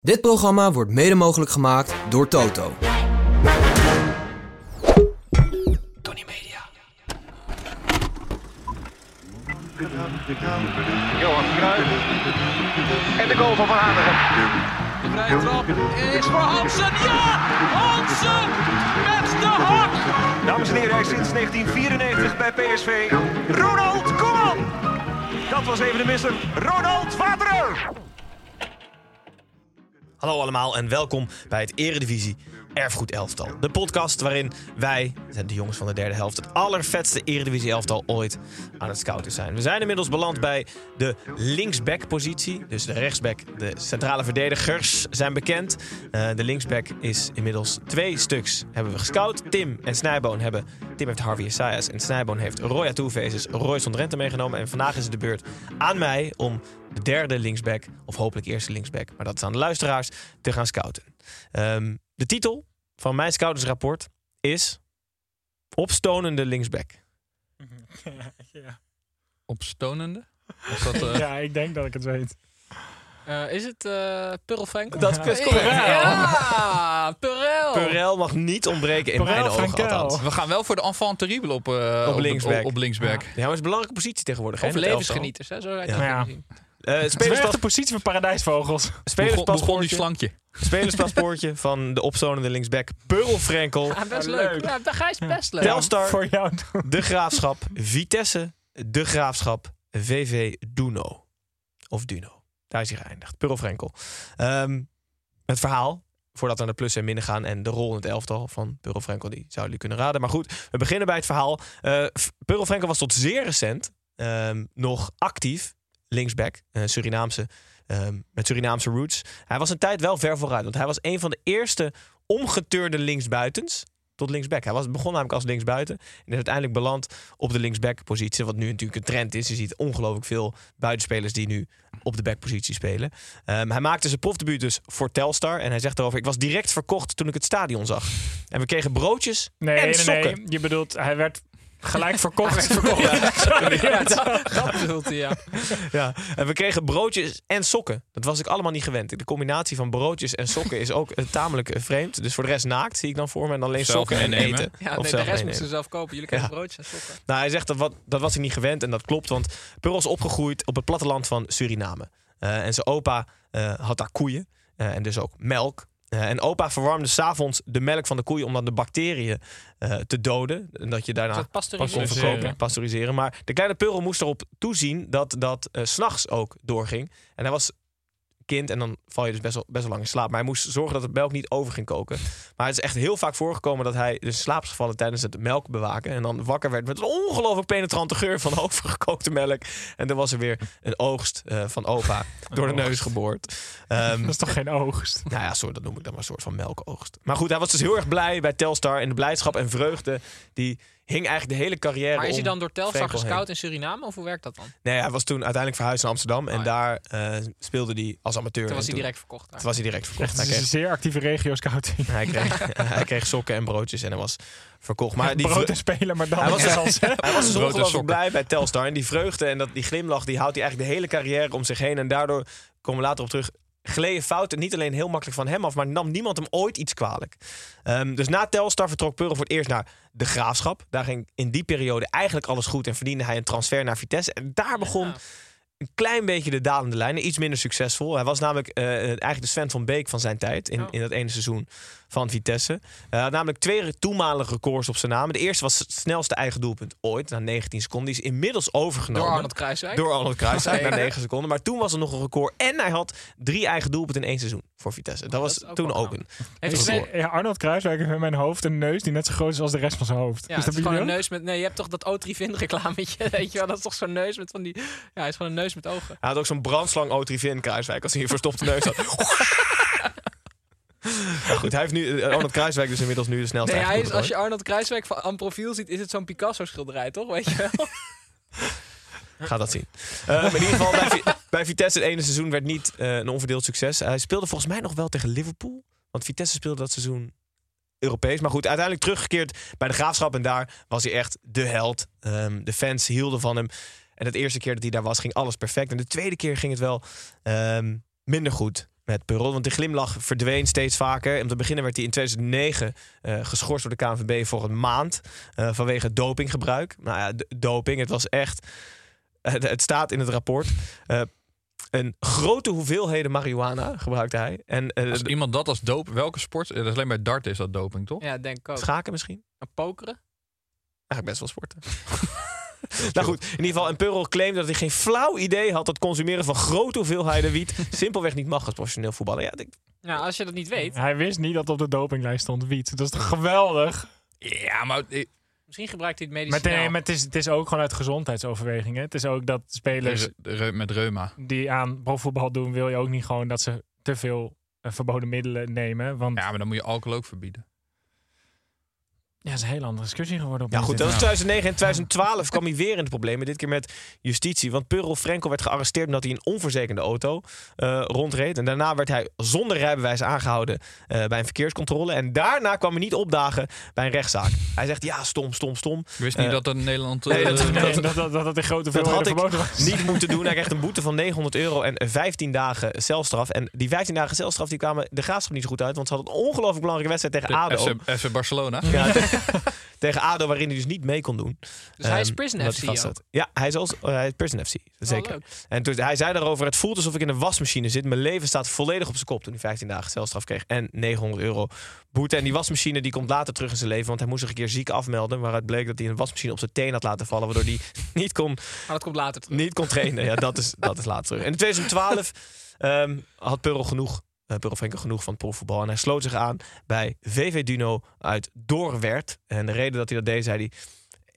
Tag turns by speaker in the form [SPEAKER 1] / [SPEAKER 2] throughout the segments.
[SPEAKER 1] Dit programma wordt mede mogelijk gemaakt door Toto. Tony Media.
[SPEAKER 2] Johan Cruijff. En de goal van Van Hanegem.
[SPEAKER 3] De vrije trap is voor Hansen. Ja! Hansen met de hak!
[SPEAKER 2] Dames en heren, hij is sinds 1994 bij PSV. Ronald Koeman! Dat was even de misser. Ronald Waterer!
[SPEAKER 4] Hallo allemaal en welkom bij het Eredivisie Erfgoed Elftal. De podcast waarin wij, de jongens van de derde helft, het allervetste Eredivisie Elftal ooit aan het scouten zijn. We zijn inmiddels beland bij de linksback positie. Dus de rechtsback, de centrale verdedigers zijn bekend. Eh, de linksback is inmiddels twee stuks hebben we gescout. Tim en Snijboon hebben, Tim heeft Harvey Esaias en Snijboon heeft Roya Toevezes, Royce van Drenthe meegenomen. En vandaag is het de beurt aan mij om de derde linksback, of hopelijk eerste linksback, maar dat is aan de luisteraars, te gaan scouten. Ehm, de titel van mijn scoutingsrapport is Opstonende linksback.
[SPEAKER 5] ja.
[SPEAKER 6] Opstonende? Of dat, eh,
[SPEAKER 5] ja, ik denk dat ik het weet.
[SPEAKER 6] eh, is het eh Purel Frankel?
[SPEAKER 4] Dat is
[SPEAKER 6] Hey,
[SPEAKER 4] correct.
[SPEAKER 6] Ja, Purel.
[SPEAKER 4] Purel mag niet ontbreken in
[SPEAKER 5] Purel
[SPEAKER 4] mijn ogen
[SPEAKER 5] Frankel.
[SPEAKER 4] althans.
[SPEAKER 6] We gaan wel voor de enfant terrible op, eh,
[SPEAKER 4] Op
[SPEAKER 6] de-
[SPEAKER 4] linksback.
[SPEAKER 6] Op, op linksback.
[SPEAKER 4] Ja, maar het is een belangrijke positie tegenwoordig. hè,
[SPEAKER 6] Of
[SPEAKER 4] in het elftal.
[SPEAKER 6] levensgenieters, hè? Zo
[SPEAKER 4] Ja.
[SPEAKER 6] ja.
[SPEAKER 5] Ja.
[SPEAKER 6] Ja.
[SPEAKER 4] Eh,
[SPEAKER 5] Het is echt
[SPEAKER 4] spelerspaspoortje-
[SPEAKER 5] de positie van paradijsvogels.
[SPEAKER 6] Begon, begon die
[SPEAKER 4] spelerspaspoortje-
[SPEAKER 6] slankje.
[SPEAKER 4] Spelerspaspoortje van de opstonende linksback Purel Frenkel.
[SPEAKER 6] best
[SPEAKER 5] Oh,
[SPEAKER 6] leuk.
[SPEAKER 5] leuk.
[SPEAKER 6] Ja, dat is best leuk.
[SPEAKER 4] Telstar,
[SPEAKER 5] Voor jou.
[SPEAKER 4] De Graafschap, Vitesse, De Graafschap, VV Duno. Of Duno. Daar is hij geëindigd. Purl Frenkel. Ehm, het verhaal, voordat we naar de plus en minnen gaan... en de rol in het elftal van Purl Frenkel, die zouden jullie kunnen raden. Maar goed, we beginnen bij het verhaal. Eh Purl Frenkel was tot zeer recent ehm, nog actief linksback, eh, Surinaamse, ehm, met Surinaamse roots. Hij was een tijd wel ver vooruit, want hij was een van de eerste omgeturende linksbuitens tot linksback. Hij was, begon namelijk als linksbuiten en is uiteindelijk beland op de linksback-positie, wat nu natuurlijk een trend is. Je ziet ongelooflijk veel buitenspelers die nu op de backpositie spelen. Ehm, hij maakte zijn profdebuut dus voor Telstar en hij zegt daarover: ik was direct verkocht toen ik het stadion zag en we kregen broodjes
[SPEAKER 5] Nee,
[SPEAKER 4] en
[SPEAKER 5] nee, nee,
[SPEAKER 4] sokken.
[SPEAKER 5] Je bedoelt, hij werd gelijk verkocht.
[SPEAKER 6] Ja, ja, dat, dat bedoelt hij, ja.
[SPEAKER 4] Ja, en we kregen broodjes en sokken. Dat was ik allemaal niet gewend. De combinatie van broodjes en sokken is ook eh, tamelijk eh, vreemd. Dus voor de rest naakt zie ik dan voor me. En alleen
[SPEAKER 6] Zelf
[SPEAKER 4] sokken en
[SPEAKER 6] meenemen.
[SPEAKER 4] eten.
[SPEAKER 6] ja
[SPEAKER 4] Of
[SPEAKER 6] nee, de
[SPEAKER 4] zelf
[SPEAKER 6] rest
[SPEAKER 4] meenemen.
[SPEAKER 6] moeten ze zelf kopen. Jullie krijgen
[SPEAKER 4] Ja.
[SPEAKER 6] broodjes en sokken.
[SPEAKER 4] Nou, hij zegt dat, wat, dat was hij niet gewend en dat klopt, want Purl is opgegroeid op het platteland van Suriname. Eh, en zijn opa eh, had daar koeien eh, en dus ook melk. Eh, en opa verwarmde s'avonds de melk van de koeien om dan de bacteriën eh, te doden. En dat je daarna
[SPEAKER 6] Dat
[SPEAKER 4] kon
[SPEAKER 6] pasteuriseren.
[SPEAKER 4] verkopen, pasteuriseren. Maar de kleine Purl moest erop toezien dat dat eh, 's s'nachts ook doorging. En hij was kind en dan val je dus best wel, best wel lang in slaap. Maar hij moest zorgen dat het melk niet over ging koken. Maar het is echt heel vaak voorgekomen dat hij dus slaap is gevallen tijdens het melk bewaken. En dan wakker werd met een ongelooflijk penetrante geur van overgekookte melk. En dan was er weer een oogst eh, van opa door de neus geboord. Ehm,
[SPEAKER 5] Dat is toch geen oogst?
[SPEAKER 4] nou ja, sorry, dat noem ik dan maar een soort van melkoogst. Maar goed, hij was dus heel erg blij bij Telstar. En de blijdschap en vreugde, die hing eigenlijk de hele carrière
[SPEAKER 6] Maar is hij
[SPEAKER 4] om
[SPEAKER 6] dan door Telstar
[SPEAKER 4] Frenkel heen.
[SPEAKER 6] gescout in Suriname? Of hoe werkt dat dan?
[SPEAKER 4] Nee, hij was toen uiteindelijk verhuisd naar Amsterdam. En
[SPEAKER 6] Oh
[SPEAKER 4] daar eh, speelde hij als amateur.
[SPEAKER 6] Toen
[SPEAKER 4] En
[SPEAKER 6] was hij direct verkocht. daar.
[SPEAKER 4] toen was hij direct verkocht.
[SPEAKER 5] Het
[SPEAKER 4] Hij
[SPEAKER 5] is een
[SPEAKER 4] kreeg,
[SPEAKER 5] zeer actieve regio scouting.
[SPEAKER 4] hij, kreeg, hij kreeg sokken en broodjes en hij was verkocht. Maar die
[SPEAKER 5] Brood
[SPEAKER 4] vre-
[SPEAKER 5] en spelen, maar dan
[SPEAKER 4] Hij was,
[SPEAKER 5] is
[SPEAKER 4] dus, hij was dus
[SPEAKER 6] Brood en
[SPEAKER 4] ongelooflijk
[SPEAKER 6] sokken.
[SPEAKER 4] blij bij Telstar. En die vreugde en dat, die glimlach, die houdt hij eigenlijk de hele carrière om zich heen. En daardoor, komen we later op terug, gleden fouten niet alleen heel makkelijk van hem af, maar nam niemand hem ooit iets kwalijk. Ehm, dus na Telstar vertrok Peurl voor het eerst naar de Graafschap. Daar ging in die periode eigenlijk alles goed en verdiende hij een transfer naar Vitesse. En daar begon
[SPEAKER 6] Ja.
[SPEAKER 4] een klein beetje de dalende lijnen, iets minder succesvol. Hij was namelijk eh, eigenlijk de Sven van Beek van zijn tijd in,
[SPEAKER 6] Ja.
[SPEAKER 4] in dat ene seizoen van Vitesse. Eh, Hij had namelijk twee toenmalige records op zijn naam. De eerste was het snelste eigen doelpunt ooit, na 19 seconden. Die is inmiddels overgenomen.
[SPEAKER 6] Door Arnold Kruijswijk.
[SPEAKER 4] Door Arnold Kruijswijk,
[SPEAKER 6] Oké.
[SPEAKER 4] na 9 seconden. Maar toen was er nog een record. En hij had drie eigen doelpunten in één seizoen. voor Vitesse. Dat was
[SPEAKER 6] Oh, dat is ook
[SPEAKER 4] toen
[SPEAKER 6] wel
[SPEAKER 4] ook
[SPEAKER 6] knap.
[SPEAKER 4] een.
[SPEAKER 6] Heeft
[SPEAKER 4] Toch
[SPEAKER 6] hij-
[SPEAKER 4] voor.
[SPEAKER 5] Nee, ja, Arnold Kruiswijk heeft met mijn hoofd een neus die net zo groot is als de rest van zijn hoofd.
[SPEAKER 6] Ja,
[SPEAKER 5] is
[SPEAKER 6] het is
[SPEAKER 5] dat bij
[SPEAKER 6] gewoon een
[SPEAKER 5] jullie ook?
[SPEAKER 6] neus met... Nee, je hebt toch dat O3-Vin reclametje, weet je wel? Dat is toch zo'n neus met van die... Ja, hij is gewoon een neus met ogen.
[SPEAKER 4] Hij had ook zo'n brandslang Otrivin Kruiswijk als hij een verstopte neus had. Maar goed, hij heeft nu eh, Arnold Kruiswijk dus inmiddels nu de snelste.
[SPEAKER 6] Nee, hij is,
[SPEAKER 4] eigenlijk
[SPEAKER 6] als je Arnold Kruiswijk van, aan profiel ziet, is het zo'n Picasso-schilderij, toch? Weet je wel?
[SPEAKER 4] Ga dat zien. Eh, maar in ieder geval, bij, Vi- bij Vitesse het ene seizoen werd niet eh, een onverdeeld succes. Hij speelde volgens mij nog wel tegen Liverpool. Want Vitesse speelde dat seizoen Europees. Maar goed, uiteindelijk teruggekeerd bij de Graafschap. En daar was hij echt de held. Ehm, de fans hielden van hem. En de eerste keer dat hij daar was, ging alles perfect. En de tweede keer ging het wel ehm, minder goed met Perrot. Want de glimlach verdween steeds vaker. Om te beginnen werd hij in 2009 eh, geschorst door de KNVB voor een maand. eh, vanwege dopinggebruik. Nou ja, d- doping. Het was echt het, het staat in het rapport. eh, een grote hoeveelheden marihuana gebruikte hij. En eh,
[SPEAKER 7] Als iemand dat als doop, welke sport? eh, Dat is alleen bij dart is dat doping, toch?
[SPEAKER 6] Ja, denk ik ook.
[SPEAKER 4] schaken misschien?
[SPEAKER 6] Een pokeren?
[SPEAKER 4] Eigenlijk best wel sporten. nou goed, in ieder geval, en Purrell claimde dat hij geen flauw idee had dat consumeren van grote hoeveelheden wiet simpelweg niet mag als professioneel voetballer. Ja, ik-
[SPEAKER 6] Nou, als je dat niet weet,
[SPEAKER 5] Hij wist niet dat op de dopinglijst stond wiet. Dat is toch geweldig?
[SPEAKER 7] Ja, maar eh,
[SPEAKER 6] misschien gebruikt hij het
[SPEAKER 5] Maar,
[SPEAKER 6] medicinaal.
[SPEAKER 5] nee, maar het, is, het is ook gewoon uit gezondheidsoverwegingen. Het is ook dat spelers
[SPEAKER 7] re- re- met reuma.
[SPEAKER 5] die aan profvoetbal doen, wil je ook niet gewoon dat ze te veel eh, verboden middelen nemen. Want ja,
[SPEAKER 7] Ja, maar dan moet je alcohol ook verbieden.
[SPEAKER 5] het is een hele andere discussie geworden. Op
[SPEAKER 4] ja nou goed,
[SPEAKER 5] dit.
[SPEAKER 4] dat was 2009 en 2012 kwam hij weer in de problemen. Dit keer met justitie. Want Purrell Frenkel werd gearresteerd omdat hij een onverzekerde auto eh, rondreed. En daarna werd hij zonder rijbewijs aangehouden eh, bij een verkeerscontrole. En daarna kwam hij niet opdagen bij een rechtszaak. Hij zegt ja, stom, stom, stom.
[SPEAKER 7] Ik wist niet
[SPEAKER 4] Eh,
[SPEAKER 7] dat er in Nederland...
[SPEAKER 4] nee,
[SPEAKER 7] eh,
[SPEAKER 4] dat-
[SPEAKER 5] Nee, dat, dat, dat, dat in grote
[SPEAKER 4] Dat had
[SPEAKER 5] veelheden
[SPEAKER 4] ik
[SPEAKER 5] verboden was.
[SPEAKER 4] niet moeten doen. Hij krijgt een boete van 900 euro en 15 dagen celstraf. En die 15 dagen celstraf die kwamen de graafschap niet zo goed uit. Want ze hadden een ongelooflijk belangrijke wedstrijd tegen ADO.
[SPEAKER 7] FC, FC Barcelona.
[SPEAKER 4] Ja, te- tegen ADO, waarin hij dus niet mee kon doen.
[SPEAKER 6] Dus hij is
[SPEAKER 4] Ehm,
[SPEAKER 6] Prison
[SPEAKER 4] omdat
[SPEAKER 6] FC
[SPEAKER 4] hij vast zat. Ja, hij is, als, eh, hij is Prison FC. Zeker.
[SPEAKER 6] Oh, leuk.
[SPEAKER 4] en toen, hij zei daarover, het voelt alsof ik in een wasmachine zit. Mijn leven staat volledig op zijn kop toen hij 15 dagen celstraf kreeg. En 900 euro boete. En die wasmachine die komt later terug in zijn leven. Want hij moest zich een keer ziek afmelden. Waaruit bleek dat hij een wasmachine op zijn teen had laten vallen. Waardoor hij niet kon
[SPEAKER 6] Maar dat komt later terug.
[SPEAKER 4] niet kon trainen. Ja, dat is, dat is later terug. En in 2012 ehm, had Peurel genoeg. eh Peurel Frenkel genoeg van het profvoetbal. En hij sloot zich aan bij VV Duno uit Doorwerd. En de reden dat hij dat deed, zei hij...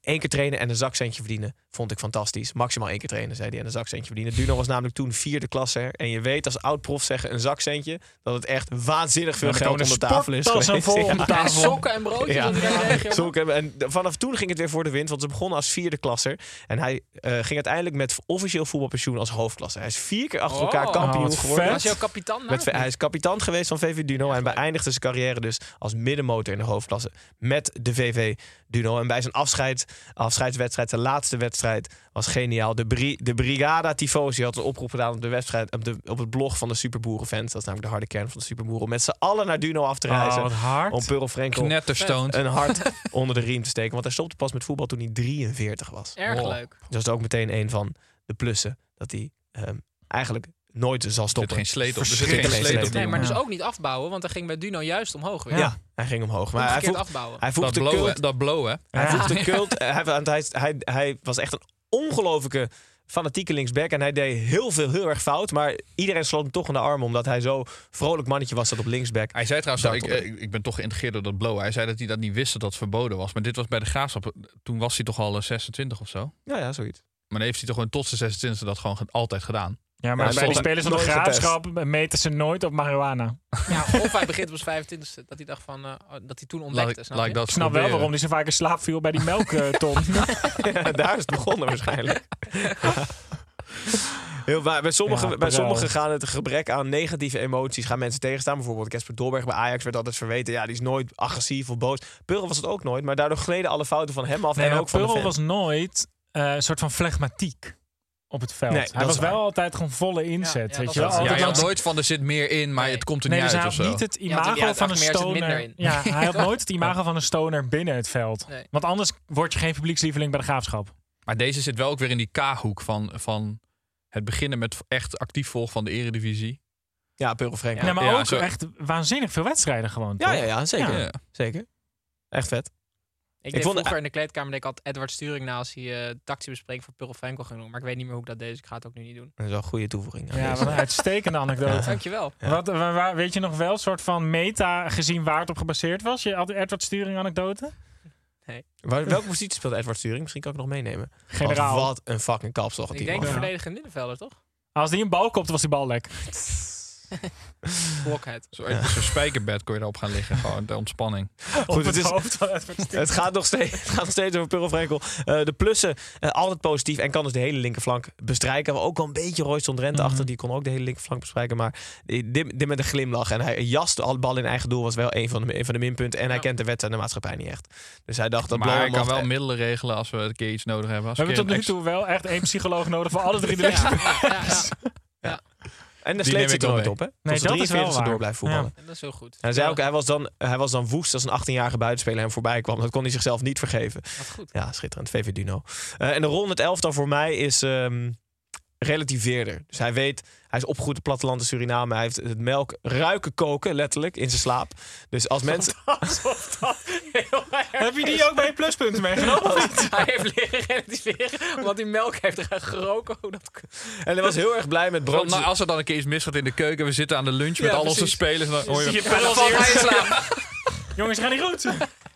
[SPEAKER 4] één keer trainen en een zakcentje verdienen vond ik fantastisch. Maximaal één keer trainen, zei hij, en een zakcentje verdienen. Duno was namelijk toen vierde klasse. En je weet als oud-prof zeggen een zakcentje... dat het echt waanzinnig veel
[SPEAKER 5] Ja, dan
[SPEAKER 4] geld
[SPEAKER 5] komen
[SPEAKER 4] onder
[SPEAKER 5] de
[SPEAKER 4] tafel is
[SPEAKER 5] sporttassen
[SPEAKER 4] geweest. Ja.
[SPEAKER 5] vol onder
[SPEAKER 6] Ja,
[SPEAKER 5] tafel.
[SPEAKER 6] en sokken en broodjes.
[SPEAKER 4] Ja.
[SPEAKER 6] Ja.
[SPEAKER 4] Zo ook hebben- en d- vanaf toen ging het weer voor de wind, want ze begonnen als vierde klasser. En hij eh, ging uiteindelijk met officieel voetbalpensioen als hoofdklasse. Hij is vier keer achter
[SPEAKER 6] Oh.
[SPEAKER 4] elkaar
[SPEAKER 5] Oh,
[SPEAKER 4] kampioen
[SPEAKER 5] wat
[SPEAKER 4] geworden.
[SPEAKER 5] vet.
[SPEAKER 6] Was je ook kapitan nou?
[SPEAKER 4] Met, hij is kapitaan geweest van VV Duno en beëindigde zijn carrière dus als middenmotor in de hoofdklasse met de VV Duno. En bij zijn afscheid, afscheidswedstrijd, zijn laatste wedstrijd, was geniaal. De, Bri- de Brigada Tifosi had een oproep gedaan op, de wedstrijd, op, de, op het blog van de Superboerenfans. Dat is namelijk de harde kern van de Superboeren. Om met z'n allen naar Duno af te
[SPEAKER 5] Oh,
[SPEAKER 4] reizen.
[SPEAKER 5] wat hard.
[SPEAKER 4] om Pearl Frenkel
[SPEAKER 7] Knetterstoond.
[SPEAKER 4] een hart onder de riem te steken. Want hij stopte pas met voetbal toen hij 43 was.
[SPEAKER 6] Erg
[SPEAKER 7] Wow.
[SPEAKER 6] leuk.
[SPEAKER 4] Dus dat is ook meteen een van de plussen. Dat hij ehm, eigenlijk nooit zal
[SPEAKER 7] Er zit
[SPEAKER 4] stoppen.
[SPEAKER 7] geen sleet op. Er zit geen
[SPEAKER 4] Verschrikkelijk
[SPEAKER 7] sleet op.
[SPEAKER 4] sleet.
[SPEAKER 6] Nee, maar
[SPEAKER 5] Ja.
[SPEAKER 6] dus ook niet afbouwen, want hij ging bij Duno juist omhoog weer.
[SPEAKER 4] Ja. hij ging omhoog. Maar
[SPEAKER 6] Maar
[SPEAKER 4] hij,
[SPEAKER 6] verkeerd
[SPEAKER 4] voeg-
[SPEAKER 6] afbouwen.
[SPEAKER 4] hij voegde
[SPEAKER 7] Dat
[SPEAKER 4] de
[SPEAKER 7] blow, hè?
[SPEAKER 4] cult.
[SPEAKER 7] Dat blow, hè?
[SPEAKER 4] Hij
[SPEAKER 5] Ja.
[SPEAKER 4] voegde cult. eh, Hij, want hij, hij, hij was echt een ongelofelijke fanatieke linksback. En hij deed heel veel heel erg fout. Maar iedereen sloot hem toch in de armen. Omdat hij zo vrolijk mannetje was dat op linksback.
[SPEAKER 7] Hij zei trouwens,
[SPEAKER 4] Dartel.
[SPEAKER 7] ik, eh, ik ben toch geïntegreerd door dat blow. Hij zei dat hij dat niet wist dat dat verboden was. Maar dit was bij de graafschap. Toen was hij toch al eh, 26 of zo.
[SPEAKER 4] Nou ja, zoiets.
[SPEAKER 7] Maar dan heeft hij toch gewoon tot zijn 26 dat gewoon ge- altijd gedaan.
[SPEAKER 5] Ja, maar
[SPEAKER 4] Ja,
[SPEAKER 5] bij die
[SPEAKER 4] soms-
[SPEAKER 5] spelers van de
[SPEAKER 4] nooit getest.
[SPEAKER 5] graafschap eh, meten ze nooit op marihuana.
[SPEAKER 6] Ja, of hij begint op zijn 25e, dat hij dacht van, eh, dat hij toen
[SPEAKER 7] Laat,
[SPEAKER 6] ontdekte,
[SPEAKER 7] ik-
[SPEAKER 6] snap
[SPEAKER 7] laat
[SPEAKER 6] je?
[SPEAKER 7] ik
[SPEAKER 5] nou
[SPEAKER 7] dat
[SPEAKER 5] Ik snap wel
[SPEAKER 7] proberen.
[SPEAKER 5] waarom hij zo vaak in slaap viel bij die eh, melkton.
[SPEAKER 4] Ja, daar is het begonnen waarschijnlijk. Ja. Heel waar. Bij sommigen
[SPEAKER 5] Ja, eh,
[SPEAKER 4] bij
[SPEAKER 5] wel.
[SPEAKER 4] sommigen gaan het gebrek aan negatieve emoties gaan mensen tegenstaan. Bijvoorbeeld Casper Dolberg bij Ajax werd altijd verweten. Ja, die is nooit agressief of boos. Purrell was het ook nooit, maar daardoor gleden alle fouten van hem af
[SPEAKER 5] Nee,
[SPEAKER 4] en
[SPEAKER 5] maar
[SPEAKER 4] ook van de
[SPEAKER 5] Pearl
[SPEAKER 4] fan.
[SPEAKER 5] was nooit eh, een soort van flegmatiek op het veld.
[SPEAKER 4] Nee, dat
[SPEAKER 5] hij
[SPEAKER 4] is
[SPEAKER 5] was wel
[SPEAKER 4] waar.
[SPEAKER 5] altijd gewoon volle inzet.
[SPEAKER 6] ja,
[SPEAKER 5] weet
[SPEAKER 6] dat
[SPEAKER 5] je wel?
[SPEAKER 6] is waar.
[SPEAKER 5] Altijd
[SPEAKER 7] Ja, hij
[SPEAKER 5] langs-
[SPEAKER 7] had nooit van er zit meer in, maar
[SPEAKER 6] Nee.
[SPEAKER 7] het komt er
[SPEAKER 5] Nee,
[SPEAKER 7] niet
[SPEAKER 5] dus hij
[SPEAKER 7] uit of
[SPEAKER 5] had
[SPEAKER 7] zo.
[SPEAKER 5] niet het
[SPEAKER 6] Ja, want
[SPEAKER 5] imago
[SPEAKER 6] hij had
[SPEAKER 5] van een
[SPEAKER 6] eigenlijk meer zit
[SPEAKER 5] stoner.
[SPEAKER 6] minder in.
[SPEAKER 5] Ja, hij had nooit het imago van een stoner binnen het veld.
[SPEAKER 6] Nee.
[SPEAKER 5] Want anders word je geen publiekslieveling bij de graafschap.
[SPEAKER 7] Maar deze zit wel ook weer in die K-hoek van, van het beginnen met echt actief volgen van de eredivisie.
[SPEAKER 4] Ja, Purrell Frenkel.
[SPEAKER 5] nee,
[SPEAKER 4] Ja,
[SPEAKER 5] maar
[SPEAKER 7] ja,
[SPEAKER 5] ook
[SPEAKER 7] zo-
[SPEAKER 5] echt waanzinnig veel wedstrijden gewoon.
[SPEAKER 7] eh,
[SPEAKER 4] ja,
[SPEAKER 5] toch?
[SPEAKER 4] ja, zeker.
[SPEAKER 7] Ja.
[SPEAKER 4] Zeker. Echt vet.
[SPEAKER 6] Ik deed
[SPEAKER 4] vond-
[SPEAKER 6] vroeger in de kleedkamer deed ik altijd Edward Sturing na als hij eh tactiebespreking voor Pearl Fenkel ging doen. Maar ik weet niet meer hoe ik dat deed, dus ik ga het ook nu niet doen.
[SPEAKER 4] Dat is wel een goede toevoeging. aan
[SPEAKER 5] Ja,
[SPEAKER 4] deze.
[SPEAKER 5] wat een uitstekende anekdote.
[SPEAKER 6] Dankjewel.
[SPEAKER 4] Ja.
[SPEAKER 5] Eh, Wat, waar, waar- weet je nog wel een soort van meta gezien waar het op gebaseerd was? Je had Edward Sturing anekdote?
[SPEAKER 4] Waar- welke positie speelt Edward Sturing? Misschien kan ik nog meenemen. Want
[SPEAKER 5] Generaal.
[SPEAKER 4] wat een fucking kapstok.
[SPEAKER 6] ik denk
[SPEAKER 5] man.
[SPEAKER 6] verdedigend middenvelder, toch?
[SPEAKER 5] Als die een bal kopte, was die bal lek.
[SPEAKER 6] Blokheid.
[SPEAKER 7] Zo, Zo'n spijkerbed kon je erop gaan liggen. Gewoon de ontspanning.
[SPEAKER 5] Goed, op
[SPEAKER 4] het
[SPEAKER 5] het,
[SPEAKER 4] is-
[SPEAKER 5] hoofd van Edward Sturing.
[SPEAKER 4] Het gaat nog steeds, het gaat nog steeds over Purl Frenkel. Eh, de plussen, eh, altijd positief. En kan dus de hele linkerflank bestrijken. Maar ook wel een beetje Royston Drenthe achter. Die kon ook de hele linkerflank bestrijken. Maar die- dit, dit met een glimlach. En hij jaste al bal in eigen doel. Was wel een van de, een van de minpunten. En hij
[SPEAKER 6] Ja.
[SPEAKER 4] kent de wet en de maatschappij niet echt. Dus hij dacht dat
[SPEAKER 7] maar
[SPEAKER 4] Blauw
[SPEAKER 7] ik kan
[SPEAKER 4] mocht-
[SPEAKER 7] wel middelen regelen als we een keer iets nodig hebben. Als
[SPEAKER 5] We hebben
[SPEAKER 7] een
[SPEAKER 5] tot
[SPEAKER 7] keer
[SPEAKER 5] nu
[SPEAKER 7] een
[SPEAKER 5] toe wel echt één psycholoog nodig voor alle drie de
[SPEAKER 6] Ja,
[SPEAKER 5] wedstrijden.
[SPEAKER 6] ja, ja, ja.
[SPEAKER 4] En daar
[SPEAKER 7] Die
[SPEAKER 4] sleet
[SPEAKER 7] neem
[SPEAKER 4] ze
[SPEAKER 7] ik
[SPEAKER 4] er
[SPEAKER 7] wel
[SPEAKER 4] nooit
[SPEAKER 7] mee.
[SPEAKER 4] op, hè?
[SPEAKER 5] Nee,
[SPEAKER 4] Tot
[SPEAKER 5] dat
[SPEAKER 4] zijn
[SPEAKER 5] is wel
[SPEAKER 4] 43ste door
[SPEAKER 5] waar.
[SPEAKER 4] blijft voetballen.
[SPEAKER 6] En dat is heel goed.
[SPEAKER 4] En hij, zei
[SPEAKER 6] Ja,
[SPEAKER 4] ook, hij, was dan, hij was dan woest als een 18-jarige buitenspeler hem voorbij kwam. Dat kon hij zichzelf niet vergeven.
[SPEAKER 6] Wat goed.
[SPEAKER 4] Ja, schitterend. VV Duno. Eh, en de rol in het elftal voor mij is ehm, relativeerder. Dus hij weet, hij is opgegroeid op het platteland in Suriname. Hij heeft het melk ruiken koken, letterlijk, in zijn slaap. Dus als mensen...
[SPEAKER 5] Heb je die ook bij je pluspunten meegenomen?
[SPEAKER 6] Hij heeft leren relativeren, omdat hij melk heeft geroken. Hoe dat kan.
[SPEAKER 4] En hij was heel erg blij met
[SPEAKER 7] Want
[SPEAKER 4] broodjes.
[SPEAKER 7] nou, als er dan een keer iets misgaat in de keuken, we zitten aan de lunch met
[SPEAKER 6] Ja,
[SPEAKER 7] al onze
[SPEAKER 6] precies.
[SPEAKER 7] spelers. Dan hoor je
[SPEAKER 5] Je
[SPEAKER 6] Ja,
[SPEAKER 5] pullen
[SPEAKER 6] dan
[SPEAKER 5] als
[SPEAKER 6] valt hij in
[SPEAKER 5] eerste.
[SPEAKER 6] slaap.
[SPEAKER 5] Jongens, gaat niet goed.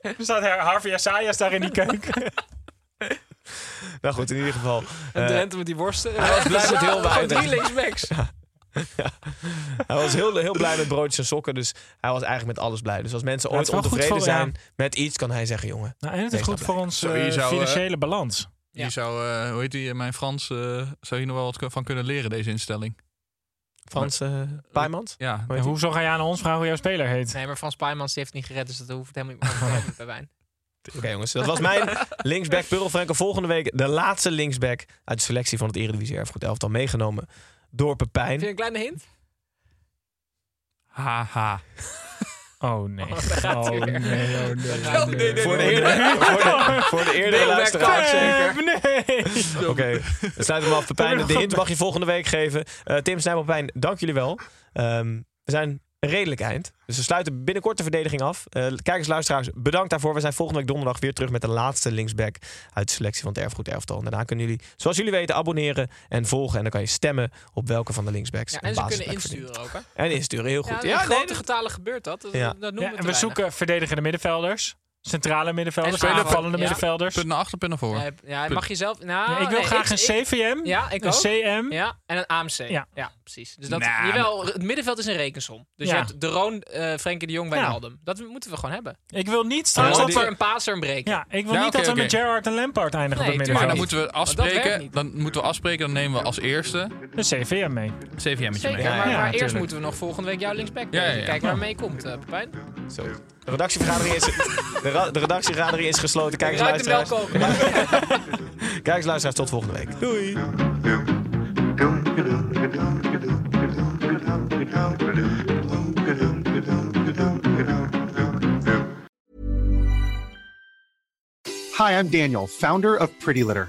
[SPEAKER 5] Er staat her- Harvey Assayas daar in die keuken.
[SPEAKER 4] Nou goed, in ieder geval.
[SPEAKER 6] En
[SPEAKER 4] eh,
[SPEAKER 6] Drenthe met die worsten.
[SPEAKER 4] hij was blij met heel
[SPEAKER 6] Gewoon
[SPEAKER 4] weinig.
[SPEAKER 6] drie linksbacks.
[SPEAKER 4] hij was heel, heel blij met broodjes en sokken. Dus hij was eigenlijk met alles blij. Dus als mensen
[SPEAKER 5] Ja, het
[SPEAKER 4] ooit
[SPEAKER 5] is wel goed
[SPEAKER 4] ontevreden
[SPEAKER 5] voor-
[SPEAKER 4] zijn met iets, kan hij zeggen, jongen.
[SPEAKER 5] Nou, en het is
[SPEAKER 4] Nee,
[SPEAKER 5] goed
[SPEAKER 4] snap
[SPEAKER 5] voor ons
[SPEAKER 7] Zo, je
[SPEAKER 5] eh,
[SPEAKER 7] zou, eh,
[SPEAKER 5] financiële balans.
[SPEAKER 6] Ja.
[SPEAKER 7] Hier zou, eh, hoe heet die, eh, mijn Frans, eh, zou hier nog wel wat kun- van kunnen leren, deze instelling.
[SPEAKER 4] Frans eh Paimans?
[SPEAKER 7] Ja,
[SPEAKER 4] Hoe heet
[SPEAKER 5] En
[SPEAKER 4] hij?
[SPEAKER 5] hoezo ga je aan ons vragen hoe jouw speler heet?
[SPEAKER 6] Nee, maar Frans Paimans die heeft het niet gered, dus dat hoeft helemaal niet meer te hebben bij wijn.
[SPEAKER 4] Oké jongens, dat was mijn linksback Purl Frenkel. Volgende week de laatste linksback uit de selectie van het Eredivisie Erfgoed Elftal. Meegenomen door Pepijn.
[SPEAKER 6] Vind je een kleine hint?
[SPEAKER 7] haha.
[SPEAKER 5] Oh nee.
[SPEAKER 6] gaat
[SPEAKER 5] Oh
[SPEAKER 6] hij weer.
[SPEAKER 5] nee, oh nee.
[SPEAKER 6] gaat hij weer.
[SPEAKER 4] Voor de eerdere, voor de, voor de eerdere
[SPEAKER 6] Linksback
[SPEAKER 4] luisteraar.
[SPEAKER 6] Pax.
[SPEAKER 5] Eh, Nee.
[SPEAKER 4] Oké, we sluiten hem af. Pepijn, de hint mag je volgende week geven. Eh, Tim Snijbel, Pepijn, dank jullie wel. Ehm, we zijn een redelijk eind. Dus we sluiten binnenkort de verdediging af. Eh, kijkers, luisteraars, bedankt daarvoor. We zijn volgende week donderdag weer terug met de laatste linksback uit de selectie van het Erfgoed Elftal. En daarna kunnen jullie, zoals jullie weten, abonneren en volgen. En dan kan je stemmen op welke van de linksbacks.
[SPEAKER 6] Ja,
[SPEAKER 4] een
[SPEAKER 6] en ze kunnen
[SPEAKER 4] basisplek
[SPEAKER 6] insturen ook, hè?
[SPEAKER 4] verdient. En insturen, heel goed.
[SPEAKER 6] Ja,
[SPEAKER 4] Ja,
[SPEAKER 6] in
[SPEAKER 4] nee,
[SPEAKER 6] grote
[SPEAKER 4] dat-
[SPEAKER 6] getalen gebeurt dat. Dat,
[SPEAKER 4] Ja.
[SPEAKER 6] dat noemen we
[SPEAKER 5] Ja, en
[SPEAKER 6] te
[SPEAKER 5] we
[SPEAKER 6] weinig.
[SPEAKER 5] zoeken verdedigende middenvelders, centrale middenvelders,
[SPEAKER 6] En spelers.
[SPEAKER 5] aanvallende
[SPEAKER 6] Ja.
[SPEAKER 5] middenvelders.
[SPEAKER 7] Punt naar achter, punt naar voor.
[SPEAKER 6] Ja, heb- Ja, mag je zelf... Nou,
[SPEAKER 5] Nee, ik wil
[SPEAKER 6] nee,
[SPEAKER 5] graag een
[SPEAKER 6] ik-
[SPEAKER 5] CVM,
[SPEAKER 6] Ja, ik
[SPEAKER 5] een
[SPEAKER 6] ook.
[SPEAKER 5] CM.
[SPEAKER 6] Ja, en een AMC.
[SPEAKER 5] Ja.
[SPEAKER 6] Ja, precies. Dus dat,
[SPEAKER 7] Nou,
[SPEAKER 6] jawel, het middenveld is een rekensom. Dus
[SPEAKER 5] Ja.
[SPEAKER 6] je hebt de Roon, eh Frenkie de Jong, Wijnaldum. Dat moeten we gewoon hebben.
[SPEAKER 5] Ik wil niet straks
[SPEAKER 6] Straks
[SPEAKER 4] maar
[SPEAKER 5] dat
[SPEAKER 4] die-
[SPEAKER 6] er
[SPEAKER 5] we...
[SPEAKER 6] een passer en breker.
[SPEAKER 5] Ja, ik wil
[SPEAKER 7] Ja,
[SPEAKER 5] niet
[SPEAKER 7] oké,
[SPEAKER 5] dat we
[SPEAKER 7] oké.
[SPEAKER 5] met Gerrard en Lampard eindigen
[SPEAKER 6] Nee,
[SPEAKER 5] op het
[SPEAKER 6] tuurlijk
[SPEAKER 7] Maar
[SPEAKER 5] middenveld.
[SPEAKER 7] dan moeten we
[SPEAKER 6] dat werkt
[SPEAKER 7] afspreken,
[SPEAKER 6] niet.
[SPEAKER 7] dan moeten we afspreken, dan nemen we als eerste
[SPEAKER 5] Een CVM mee.
[SPEAKER 7] CVM'tje
[SPEAKER 6] Zeker,
[SPEAKER 7] mee.
[SPEAKER 6] maar, maar
[SPEAKER 5] natuurlijk.
[SPEAKER 6] eerst moeten we nog volgende week jouw linksback
[SPEAKER 7] Ja, ja,
[SPEAKER 6] ja,
[SPEAKER 7] ja.
[SPEAKER 6] Kijken waar mee komt, eh Pepijn.
[SPEAKER 4] Zo. De redactievergadering is, de ra- de redactievergadering is gesloten. Kijkers,
[SPEAKER 6] Ruik de melk
[SPEAKER 4] luisteraars.
[SPEAKER 6] ook.
[SPEAKER 4] Kijkers, luisteraars, tot volgende week. Doei.
[SPEAKER 8] Hi, I'm Daniel, founder of Pretty Litter.